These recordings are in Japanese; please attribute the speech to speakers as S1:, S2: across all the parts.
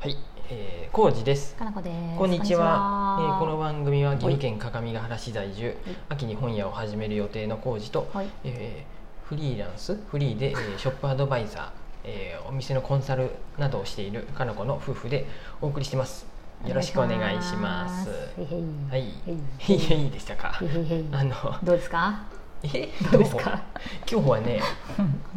S1: はい、えー、康二です。
S2: かなこです。
S1: こんにちは。えーこの
S2: は。
S1: 番組は岐阜県各務原市在住、秋に本屋を始める予定の康二と、
S2: はい。
S1: えーフリーランス、フリーで、えーショップアドバイザー、えーお店のコンサルなどをしているかのこの夫婦でお送りしてます。よろしくお願いします。
S2: お願いします
S1: はい、
S2: へ
S1: い
S2: いへい
S1: いでしたか
S2: へ。いへいへい
S1: あの、
S2: どうですか。
S1: え、
S2: どうですか。
S1: 今日はね、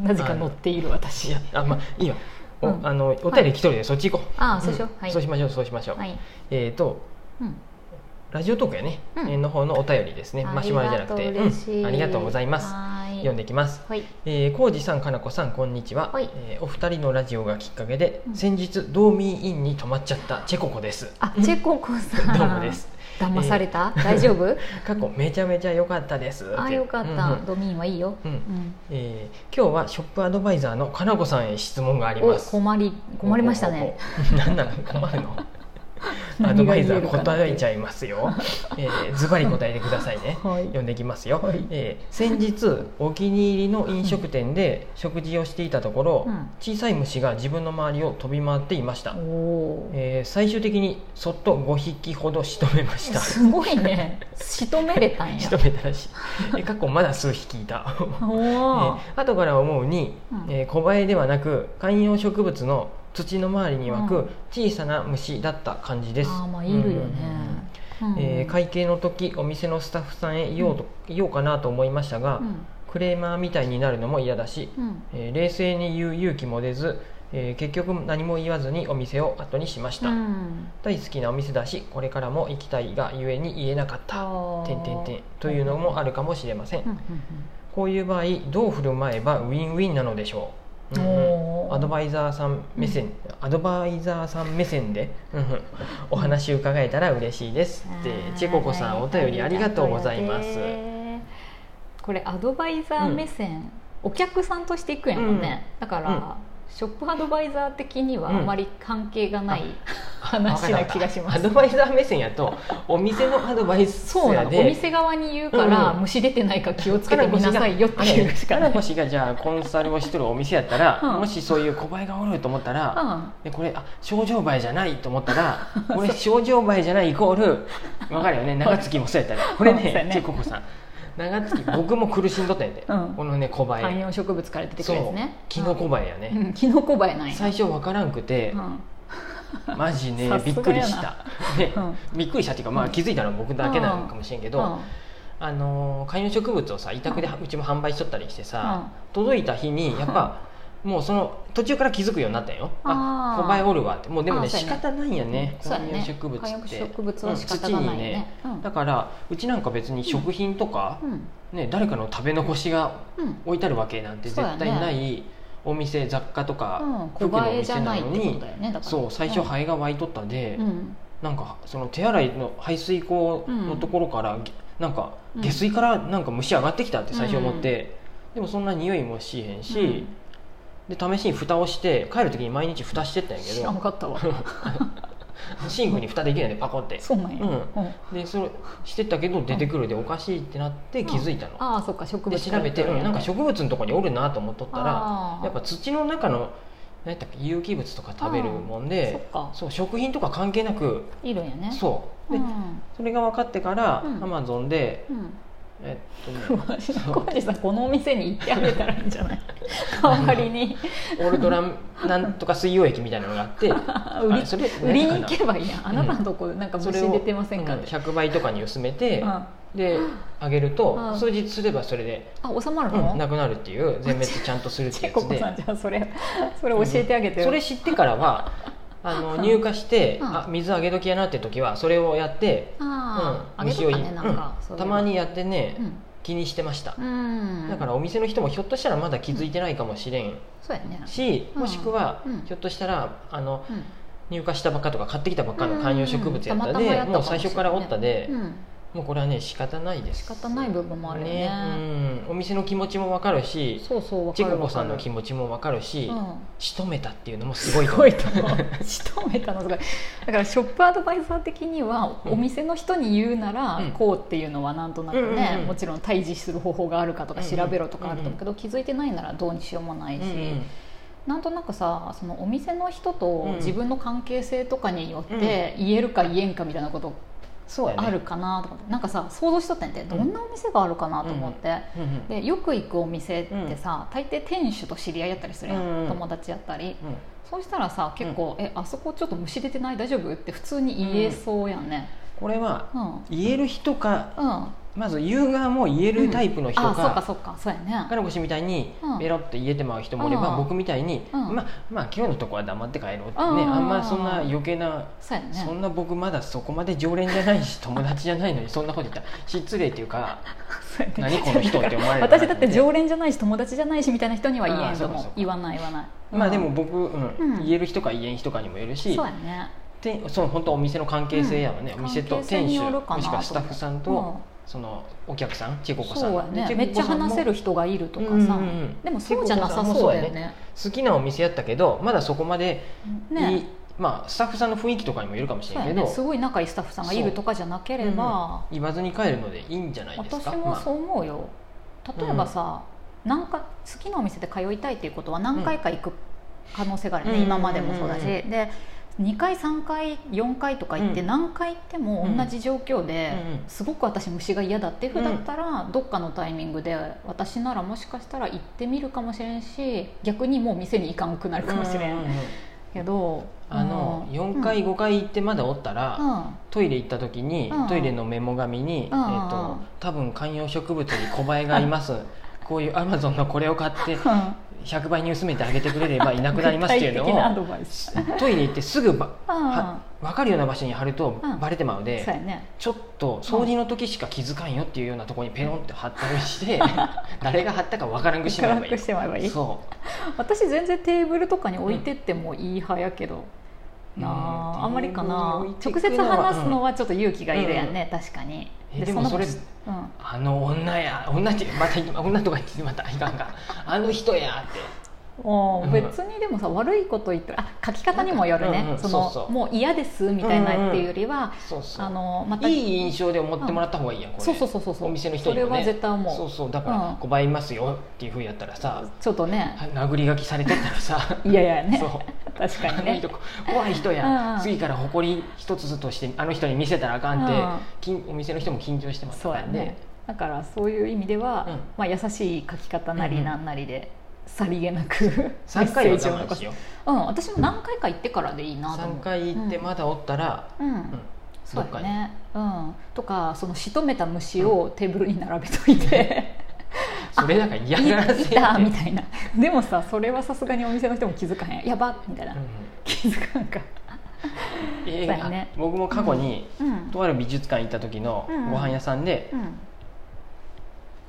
S2: なぜか乗っている
S1: い
S2: 私。
S1: や、あ、まあ、いいよ。お、
S2: うん
S1: あの、お便り来とるで、そっち行こう。
S2: あーそうしようはい
S1: そうしましょう、そうしましょう。
S2: はい。
S1: えっ、と、
S2: うん。
S1: ラジオトークやね、
S2: うん
S1: えーの方のお便りですね。マシュマロじゃなくて、
S2: ありがとう嬉し
S1: うんありがとうございます。
S2: は
S1: 読ん
S2: で。
S1: できます。
S2: はい。
S1: えー、浩二さん、かなこさん、こんにちは、
S2: はい
S1: えーお二人のラジオがきっかけで、
S2: うん
S1: 先日、ドーミーインに泊まっちゃったチェココです。
S2: あ、チェココさん。
S1: どうもです。。
S2: 騙された。大丈夫。
S1: 過去、めちゃめちゃ良かったです。
S2: あ、
S1: て
S2: よかっ
S1: うんうん
S2: た。ドミーンはいいよ。
S1: うん
S2: ん。
S1: えー今日はショップアドバイザーのかなこさんへ質問があり
S2: お、
S1: ます。
S2: 困り、困りましたね。。
S1: お。 おお何なの困るのアドバイザ
S2: 何が言
S1: ー
S2: えるかなって
S1: 答えちゃいます よ。えー、ズバリ答えてくださいね。
S2: はい
S1: 読んでいきますよ。
S2: はい
S1: えー先日お気に入りの飲食店で食事をしていたところ、
S2: うん
S1: 小さい虫が自分の周りを飛び回っていました。
S2: おー。
S1: えー最終的にそっと5匹ほど仕留めま した。
S2: すごいね。仕留めれたん
S1: 仕
S2: や。
S1: 留めたら しい。えー過去まだ数匹いた。え
S2: お
S1: ー
S2: ー。
S1: 後から思うに、
S2: うん
S1: えー小映えではなく観葉植物の土の周りに湧
S2: う
S1: く
S2: ん
S1: 小さな虫だった感じです、
S2: あーまあいるよね
S1: うん
S2: うん
S1: えー会計の時お店のスタッフさんへ言おうと、言おうかなと思いましたが、
S2: うん
S1: クレーマーみたいになるのも嫌だし、
S2: うん
S1: えー冷静に言う勇気も出ず、えー結局何も言わずにお店を後にしました、
S2: うん
S1: 大好きなお店だしこれからも行きたいがゆえに言えなかった
S2: あー
S1: てんてんてんというのもあるかもしれません
S2: うんうん
S1: こういう場合どう振る舞えばウィンウィンなのでしょう、うんう
S2: お
S1: ん
S2: ー
S1: アドバイザーさん目線、アドバイザーさん目線でうんうんお話伺えたら嬉しいです
S2: うん
S1: でチェココさんお便りありがとうございます
S2: これアドバイザー目線、お客さんとしていくやもんね、だから、
S1: うん
S2: ショップアドバイザー的にはあまり関係がない、話な気がしま
S1: ア
S2: す
S1: ドバイザー目線やとお店のアドバイス
S2: そうな
S1: や
S2: の
S1: で
S2: お店側に言うから、
S1: うん
S2: 虫出てないか気をつけてみなさいよっていうしか
S1: か
S2: な、
S1: ないこしがじゃあコンサルをしとるお店やったら、
S2: うん
S1: もしそういう小映えがおると思ったら、
S2: うん
S1: でこれあ症状映えじゃないと思った らこれ症状映えじゃないイコール分かるよね長月もそうやったらこれ
S2: そうや
S1: ね
S2: ね
S1: チェココさん長月僕も苦しんどったんやで、
S2: うん
S1: このね小映
S2: 観
S1: え
S2: 葉植物から出てく
S1: そ
S2: るやつ
S1: う
S2: ね
S1: キノコ映えや
S2: う
S1: ね、
S2: んキノコ映えない、
S1: 最初分からんくて、
S2: うん
S1: マジね
S2: さすがやな
S1: びっくり した、ね
S2: う
S1: びっくりしたっていうか、まあ、気づいたのは僕だけなのかもしれんけど、
S2: うん
S1: あのー観葉植物をさ委託で
S2: う
S1: うちも販売しとったりしてさ、届いた日にやっぱ、もうその途中から気づくようになったんよあ
S2: あー
S1: 小映えおるわってもうでもね
S2: あーそう
S1: 仕
S2: やね
S1: 方ないんやね
S2: そうやね
S1: 観葉植物って
S2: 観葉植物は仕方がないよね
S1: うん土に
S2: うん
S1: だからうちなんか別に食品とか、
S2: うん
S1: ね、誰かの食べ残しが
S2: うん
S1: 置いてあるわけなんて絶
S2: そうやね
S1: 対ないお店、雑貨とか、
S2: うん
S1: 服のお
S2: 小映えじ
S1: 店
S2: ゃ
S1: な
S2: ないっ
S1: の
S2: てこと
S1: に
S2: だよねだから
S1: そう最初
S2: うん
S1: ハエが湧いとったで、
S2: うん
S1: なんかその手洗いの排水口のところから、げなんか
S2: うん
S1: 下水からなんか虫上がってきたって最初思って、でもそんな匂いもしへんし、で試しに蓋をして帰る時に毎日蓋してったんやけ
S2: 知らん
S1: ど
S2: かったわ
S1: シンクに蓋できないでパコって
S2: そうなんや、
S1: うん
S2: うん
S1: でそれしてったけど出てくるでおかしいってなって気づいたの、
S2: ああそっか植
S1: で
S2: 物
S1: 調べて、うんなんか植物のとこにおるなと思っとったら
S2: あー
S1: やっぱ土の中の何やったっけ有機物とか食べるもんで、
S2: あーそっか
S1: そう食品とか関係なく、
S2: いるんやねう
S1: そうで、
S2: ん
S1: それが分かってから、
S2: うん
S1: アマゾンで、
S2: うん
S1: えっとね、
S2: 小林さんこのお店に行ってあげたらいいんじゃ ない代わりに
S1: オルドランなんとか水溶液みたいなのがあってあ
S2: 売り
S1: それ
S2: 売りに
S1: 何や
S2: 行
S1: った
S2: け
S1: か
S2: ばいいやんあなたのとこなんか
S1: なそ
S2: 虫
S1: れ
S2: 出てませんか
S1: う
S2: って、
S1: 100倍とかに薄めて、
S2: うんあ
S1: であげると、
S2: うん
S1: 数日すればそれで、
S2: 収まる
S1: う
S2: の、
S1: んなくなるっていう全滅ちゃんとするっ
S2: チ
S1: て
S2: ェ
S1: や
S2: コ
S1: つ
S2: コ
S1: で
S2: さんじゃあそれそれ教えてあげてよ
S1: それ知ってから はあの入荷して、
S2: うん
S1: あ水あげ時やなって時はそれをやって、
S2: ああ、
S1: うん
S2: あげと
S1: 虫
S2: か
S1: を
S2: ねなんか、
S1: うん
S2: そういう
S1: たまにやってね、
S2: うん、
S1: 気にしてました、
S2: うん、
S1: だからお店の人もひょっとしたらまだ気づいてないかもしれん
S2: そうやね
S1: し
S2: うん
S1: もしくは、
S2: うん
S1: ひょっとしたらあの
S2: うん
S1: 入荷したばっかとか買ってきたばっかの観葉植物やった
S2: うんたまた
S1: で、
S2: まやった
S1: も
S2: か
S1: う
S2: もし
S1: 最
S2: れない
S1: 初からおったで、
S2: うん、
S1: もうこれはね仕方ないです
S2: 仕方ない部分もあるよね
S1: うん、お店の気持ちもわかるし
S2: そうそうわか
S1: チ
S2: る
S1: ェココ
S2: わか
S1: さ
S2: る
S1: んの気持ちもわかるし、
S2: うん
S1: 仕留めたっていうのもすごいと
S2: す
S1: 思
S2: ご
S1: う
S2: いと思う仕留めたのすごいだからショップアドバイザー的には
S1: うん
S2: お店の人に言うなら、
S1: うん
S2: こうっていうのはなんとなく
S1: うん
S2: ね
S1: う、んうん
S2: もちろん対峙する方法があるかとか
S1: うんうん
S2: 調べろとかあると思うけど、気づいてないならどうにしようもないし、
S1: うんうん
S2: なんとなくさそのお店の人
S1: う
S2: と
S1: ん
S2: 自分の関係性とかによって言えるか言えんかみたいなこと
S1: そうやね
S2: あるかなとか、なんかさ想像しとったんやてどんなお店があるかなと思って、
S1: うんうん
S2: でよく行くお店ってさ、大抵店主と知り合いやったりするやん、
S1: うんうん
S2: 友達やった
S1: う
S2: り
S1: ん
S2: そうしたらさ結構「えあそこちょっと虫出てない大丈夫?」って普通に言えそうやんね
S1: これは
S2: うん、うん
S1: 言える人か
S2: あ
S1: まず言う側も言えるタイプの人
S2: そ
S1: か、
S2: っかそっかそうや
S1: か
S2: ね
S1: のこしみたいに
S2: うん
S1: ベロッと言えてまう人もいれば、
S2: うん
S1: 僕みたいに、
S2: うん
S1: まあまあ今日のとこは黙って帰ろうってね、
S2: うん
S1: あんまそんな余計な、
S2: そうやね
S1: そんな僕まだそこまで常連じゃないし友達じゃないのにそんなこと言ったら失礼っていうか
S2: そうやね
S1: 何この人って思われる
S2: 私だって常連じゃないし友達じゃないしみたいな人には言え
S1: あ
S2: ん
S1: そ
S2: と
S1: うかそう
S2: も
S1: か
S2: 言わない言わない、うん
S1: まあでも僕、うん
S2: うん
S1: 言える人か言えん人かにもよるし
S2: そうやね
S1: てその本当お店の関係性やろね、
S2: うん
S1: お店と
S2: 関係性
S1: 店
S2: に
S1: 主
S2: よるかな
S1: もしくはスタッフさんと、
S2: うん
S1: そのお客さんチェココさ
S2: そ
S1: ん
S2: うやね
S1: で
S2: め
S1: チェコ
S2: っちゃ
S1: コさんも
S2: 話せる人がいるとかさ、
S1: うんうんうん
S2: でもそうじゃなさそうだよね
S1: 好きなお店やったけどまだそこまで
S2: ね
S1: いいまあ、スタッフさんの雰囲気とかにもよるかもし
S2: そ
S1: れ
S2: う
S1: な
S2: や
S1: いけ
S2: ね
S1: ど、
S2: すごい仲いいスタッフさんがいるとかじゃなければ、
S1: 言わずに帰るのでいいんじゃないですか
S2: 私もそう思うよ、例えばさ、何か好きなお店で通いたいっていうことは何回か行く可能性があるよね、
S1: うん
S2: 今までもそうだし、
S1: うんうんうん
S2: で2回3回4回とか行って
S1: うん
S2: 何回行っても同じ状況で、
S1: うんうん
S2: すごく私虫が嫌だっていうふうだったら、どっかのタイミングで私ならもしかしたら行ってみるかもしれんし逆にもう店に行かんくなるかもしれん、
S1: うんうんうん
S2: けど
S1: あの
S2: うん
S1: 4回5回行ってまだおった
S2: うん
S1: ら、トイレ行った時に、
S2: うん
S1: トイレのメモ紙に、
S2: うん
S1: えっと多分観葉植物に小映えがい ますこういうアマゾンのこれを買って
S2: うん
S1: 100倍に薄めてあげてくれればいなくなりますっていうの
S2: 具体的なア
S1: を
S2: ドバイス
S1: トイレ行ってすぐば、
S2: うん
S1: は分かるような場所に貼ると
S2: うん
S1: バレてまうので、
S2: そうやね
S1: ちょっと掃除の時しか気づかんよっていうようなところにペロンって貼ったりして 誰が貼ったか分からんくしまえばい
S2: 辛くしてまえばい
S1: い
S2: い
S1: そう
S2: 私全然テーブルとかに置いてってもいい派やけど、な
S1: う
S2: あ
S1: ん
S2: あんまりかな
S1: テーブ
S2: 直
S1: ル
S2: 接
S1: に置いてくのは
S2: 話すのはちょっと勇気がいるやんね、確かに
S1: えでもそれ
S2: の場所うん
S1: あの女や女ってまた今女とか言ってまたいかんかあの人やって
S2: もう
S1: うん
S2: 別にでもさ悪いこと言ったらあ書き方にもよる
S1: うんう
S2: ね
S1: ん
S2: その
S1: そうそう
S2: もう嫌ですみたいなっていうよりは、
S1: そうそう
S2: あのまた
S1: いい印象で思ってもらった方がいいやんこれ
S2: そうそうそうそうそう
S1: お店の人
S2: そ
S1: に
S2: れ
S1: も、ね、
S2: は絶対思う
S1: そうそうだから
S2: うん
S1: 「5倍いますよ」っていうふうやったらさ
S2: ちょっとね
S1: 殴り書きされてたらさ
S2: いやいやね
S1: そう
S2: 確か
S1: あ
S2: に
S1: の
S2: ね
S1: 人怖い人
S2: うんう
S1: や
S2: ん
S1: 次から誇り一つとしてあの人に見せたらあかんって、きんお店の人も緊張してます
S2: そ
S1: か
S2: う
S1: ら
S2: や
S1: ね
S2: ねだからそういう意味では、
S1: うん
S2: まあ、優しい書き方なりなんなりで、さりげなくメ
S1: 3
S2: ッ
S1: 回
S2: セ
S1: は我
S2: ージを残
S1: 慢
S2: す
S1: しよ
S2: うん、私も何回か行ってからでいいうなと思う
S1: 3回行ってまだおったら、
S2: うん、
S1: うん
S2: そう
S1: どっか
S2: だ
S1: に
S2: ね、うん、とかその仕留めた虫をテーブルに並べと いて、
S1: それなんか嫌
S2: い
S1: がらせ
S2: いたみたいなでもさそれはさすがにお店の人も気づかへんやばみたいな、
S1: うんうん
S2: 気づかんか
S1: え
S2: そうやね
S1: あ僕も過去に、
S2: うんうん
S1: とある美術館行った時の
S2: うんうん
S1: ご飯屋さんで、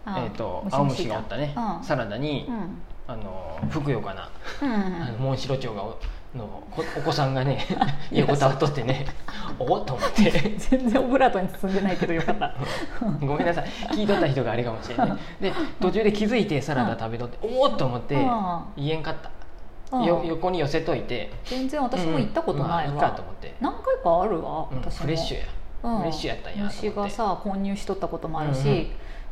S1: えー、と青虫がおったね、
S2: うん
S1: サラダに、
S2: うん
S1: あのふくよかな、
S2: うん
S1: あのモンシロチョウがおのこお子さんが ね横たわっとってねおっと思って
S2: 全然オブラートに包んでないけどよかった
S1: ごめんなさい聞いとった人があれかもしれないで途中で気づいてサラダ食べとって、おおっと思って、
S2: う
S1: 言えんかった、
S2: うん
S1: よ横に寄せといて
S2: 全然私も行ったことないわ、
S1: うんまあいいかと思って、
S2: 何回かあるわ
S1: うん、
S2: 私も、
S1: フレッシュや
S2: うん
S1: フレッシュやったんやと思って
S2: 虫がさ混入しとったこともあるし、
S1: うんうん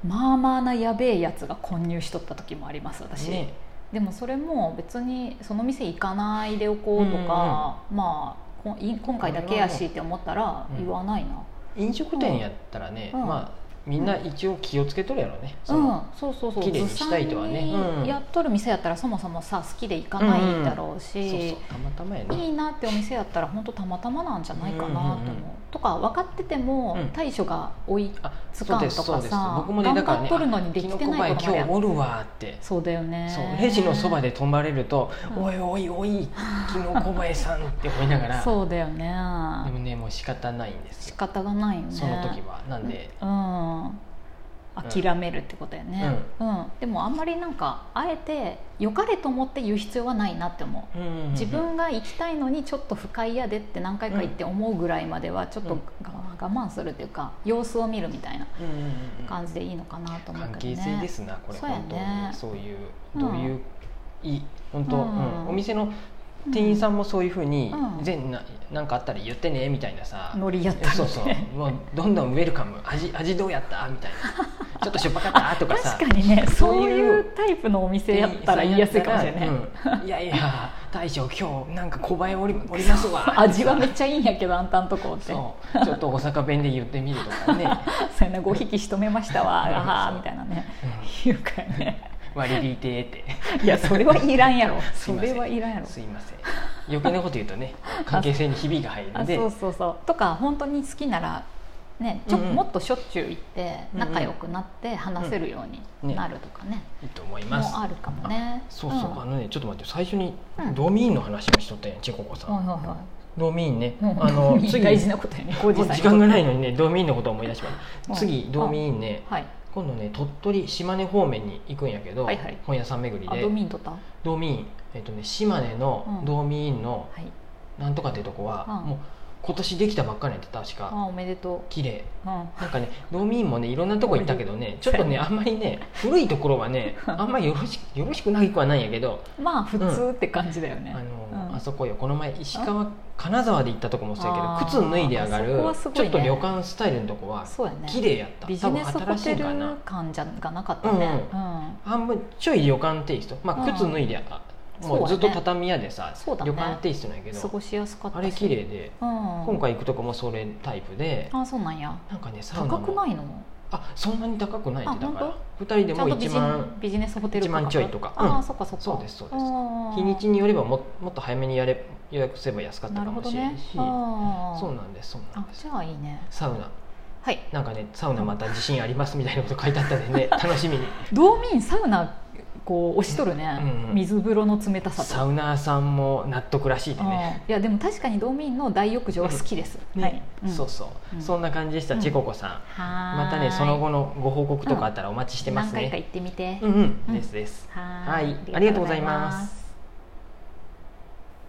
S2: まあまあなやべえやつが混入しとった時もあります私、
S1: ね
S2: でもそれも別にその店行かないでおこうとか、まあこんい今回だけやしって思ったら
S1: うん
S2: 言わないな、
S1: 飲食店やったらね、
S2: うん
S1: まあみんな一応気をつけとるやろね、
S2: う
S1: そ
S2: ん
S1: の
S2: そうそうそう
S1: 綺麗にしたいとはね
S2: ずさん
S1: う
S2: に
S1: ん
S2: やっとる店やったらそもそもさ好きで行かないだろうし、
S1: そうそうたまたまやね
S2: いいなってお店やったら本当たまたまなんじゃないかなと思う,、
S1: うんうんうん
S2: とか分かってても
S1: うん
S2: 対処が多い
S1: あ
S2: つ
S1: そ
S2: か
S1: うん
S2: と
S1: で
S2: か
S1: すそうです
S2: さ
S1: 僕もねだからね
S2: 頑張っとるのにできてない
S1: あ
S2: こ
S1: キノコ
S2: とまで
S1: バエ今
S2: ある
S1: 日おるわーって
S2: そうだよね
S1: そうレジのそばで泊まれると「
S2: うん
S1: おいおいおいキノコバエさん」って思いながら
S2: そうだよ
S1: でも
S2: ね
S1: ねもう仕方ないんです
S2: 仕
S1: よ
S2: 方がないよね
S1: その時はなんで、
S2: うん諦めるってことやね、うんでもあんまりなんかあえて良かれと思って言う必要はないなって思う
S1: うんうんうん
S2: 自分が行きたいのにちょっと不快やでって何回か言って思うぐらいまではちょっと
S1: うん
S2: 我我慢するっていうか様子を見るみたいな
S1: うんうんうんうん
S2: 感じでいいのかなと思う
S1: 関
S2: け
S1: 係
S2: ど
S1: 性
S2: ね
S1: ですなこれ
S2: そうや
S1: 本
S2: ね
S1: 当にそういう
S2: うん
S1: どういうい本当
S2: うん
S1: うんお店の店員さんもそういうふうに
S2: うん
S1: 全ななんかあったら言ってねみたいなさ
S2: ノリやった
S1: そうそうもうどんどんウェルカム味味どうやったみたいなちょっとしょっぱかったとかさ
S2: 確かにね
S1: そう
S2: そう
S1: いう
S2: いうタイプのお店やったら言いやすいかもしれない、
S1: うんいやいや大将今日なんか小映えおりおりますわ
S2: 味はめっちゃいいんやけどあんたんとこって
S1: そうちょっと大阪弁で言ってみるとかね
S2: そうやな5匹仕留めましたわ
S1: うん
S2: ああ
S1: そう
S2: みたいなね言うからね
S1: 割り引いてって
S2: いやそれはいらんやろ
S1: すい
S2: そ
S1: ません
S2: れはいらんやろ
S1: すいません余計なこと言うとね関係性にひびが入る
S2: あ
S1: んで
S2: そうそうそうとか本当に好きならねちょ、
S1: うんうん
S2: もっとしょっちゅう行って
S1: うんうん
S2: 仲良くなって話せるようになるとかね,、
S1: いいと思います
S2: もあるかもね
S1: そうそう、
S2: ん
S1: あのねちょっと待って最初に
S2: うん
S1: ドミーンの話をしとったやんちここさ
S2: は
S1: ん
S2: いはいは
S1: ドミーンね
S2: いうん
S1: あの次
S2: 大事なことやね
S1: もう
S2: 工事
S1: 時間がないのにねドミーンのことを思い出しました
S2: うん
S1: 次ドミーンね
S2: はい
S1: 今度ね鳥取島根方面に行くんやけど、
S2: はいはい
S1: 本屋さん巡り
S2: あ
S1: で
S2: ドミントタは
S1: ドミーンえっとね島根の
S2: うん
S1: ドミーンの
S2: い
S1: なんとかってとこは、
S2: うん
S1: もう今年できたばっかりやって確
S2: あ
S1: か
S2: おめでと
S1: 綺麗
S2: う、うん、
S1: なんかねドミーンもねいろんなとこ行ったけどねちょっと
S2: そう
S1: ね
S2: や
S1: あんまりね古いところはねあんまりよろしよろしくないくはないんやけど
S2: まあ普通って感じだよね、
S1: あの、
S2: うん
S1: あそこよこの前石川金沢で行ったとこもそうや
S2: あ
S1: けど
S2: ー
S1: 靴脱いで上がる、
S2: あそこはすごい
S1: ちょ
S2: ね
S1: っと旅館スタイルのとこは
S2: そうやね
S1: 綺麗やった、
S2: ビジ
S1: 多
S2: ネ
S1: 分
S2: スホ
S1: 新し
S2: テ
S1: い
S2: ル
S1: かな
S2: 感じゃがなかったね、うん
S1: 半分ちょい旅館テイストまあ
S2: うん
S1: 靴脱いで、あ
S2: そ
S1: も
S2: うや
S1: う
S2: ね
S1: ずっと畳屋でさ、
S2: そうだね
S1: 旅館テイストなんやけ
S2: 過
S1: ど
S2: ごしやすかった
S1: あ
S2: し
S1: れ綺麗で、
S2: うん、
S1: 今回行くとこもそれタイプで
S2: あそうなんや
S1: なんかねサウナ
S2: 高
S1: も
S2: くないの
S1: あそんなに高くないって
S2: あ
S1: だか
S2: 本
S1: ら二人で
S2: ち
S1: も
S2: ゃんとビ
S1: 1
S2: ジ
S1: 万
S2: ビジネスホテル
S1: 1万ちょいとか
S2: ああ、
S1: うん
S2: そっかそっか
S1: そうですそうです
S2: ああ
S1: 日にちによればももっと早めにやれ予約すれば安かった
S2: な
S1: か
S2: るほ
S1: も
S2: ど
S1: しれ
S2: ね
S1: んし、
S2: ああ
S1: そうなんですそうなん
S2: あ
S1: です
S2: じゃあいいね
S1: サウナ
S2: はい
S1: なんかねサウナまた自信ありますみたいなこと書いてあったんで ね楽しみに
S2: 道民サウナこう押しとるね、
S1: うんうん
S2: 水風呂の冷たさと
S1: サウナーさんも納得らしいで
S2: あ
S1: ね
S2: あいやでも確かに道民の大浴場は好きです、はい
S1: ね、
S2: ん
S1: そうそう、
S2: うん
S1: そんな感じでした、
S2: うん
S1: チェココさん
S2: はーい
S1: またねその後のご報告とかあったらお待ちしてます
S2: 何回か
S1: ね、
S2: 行ってみて、
S1: うんうん、
S2: うん
S1: ですです
S2: はー
S1: はいありがとうございます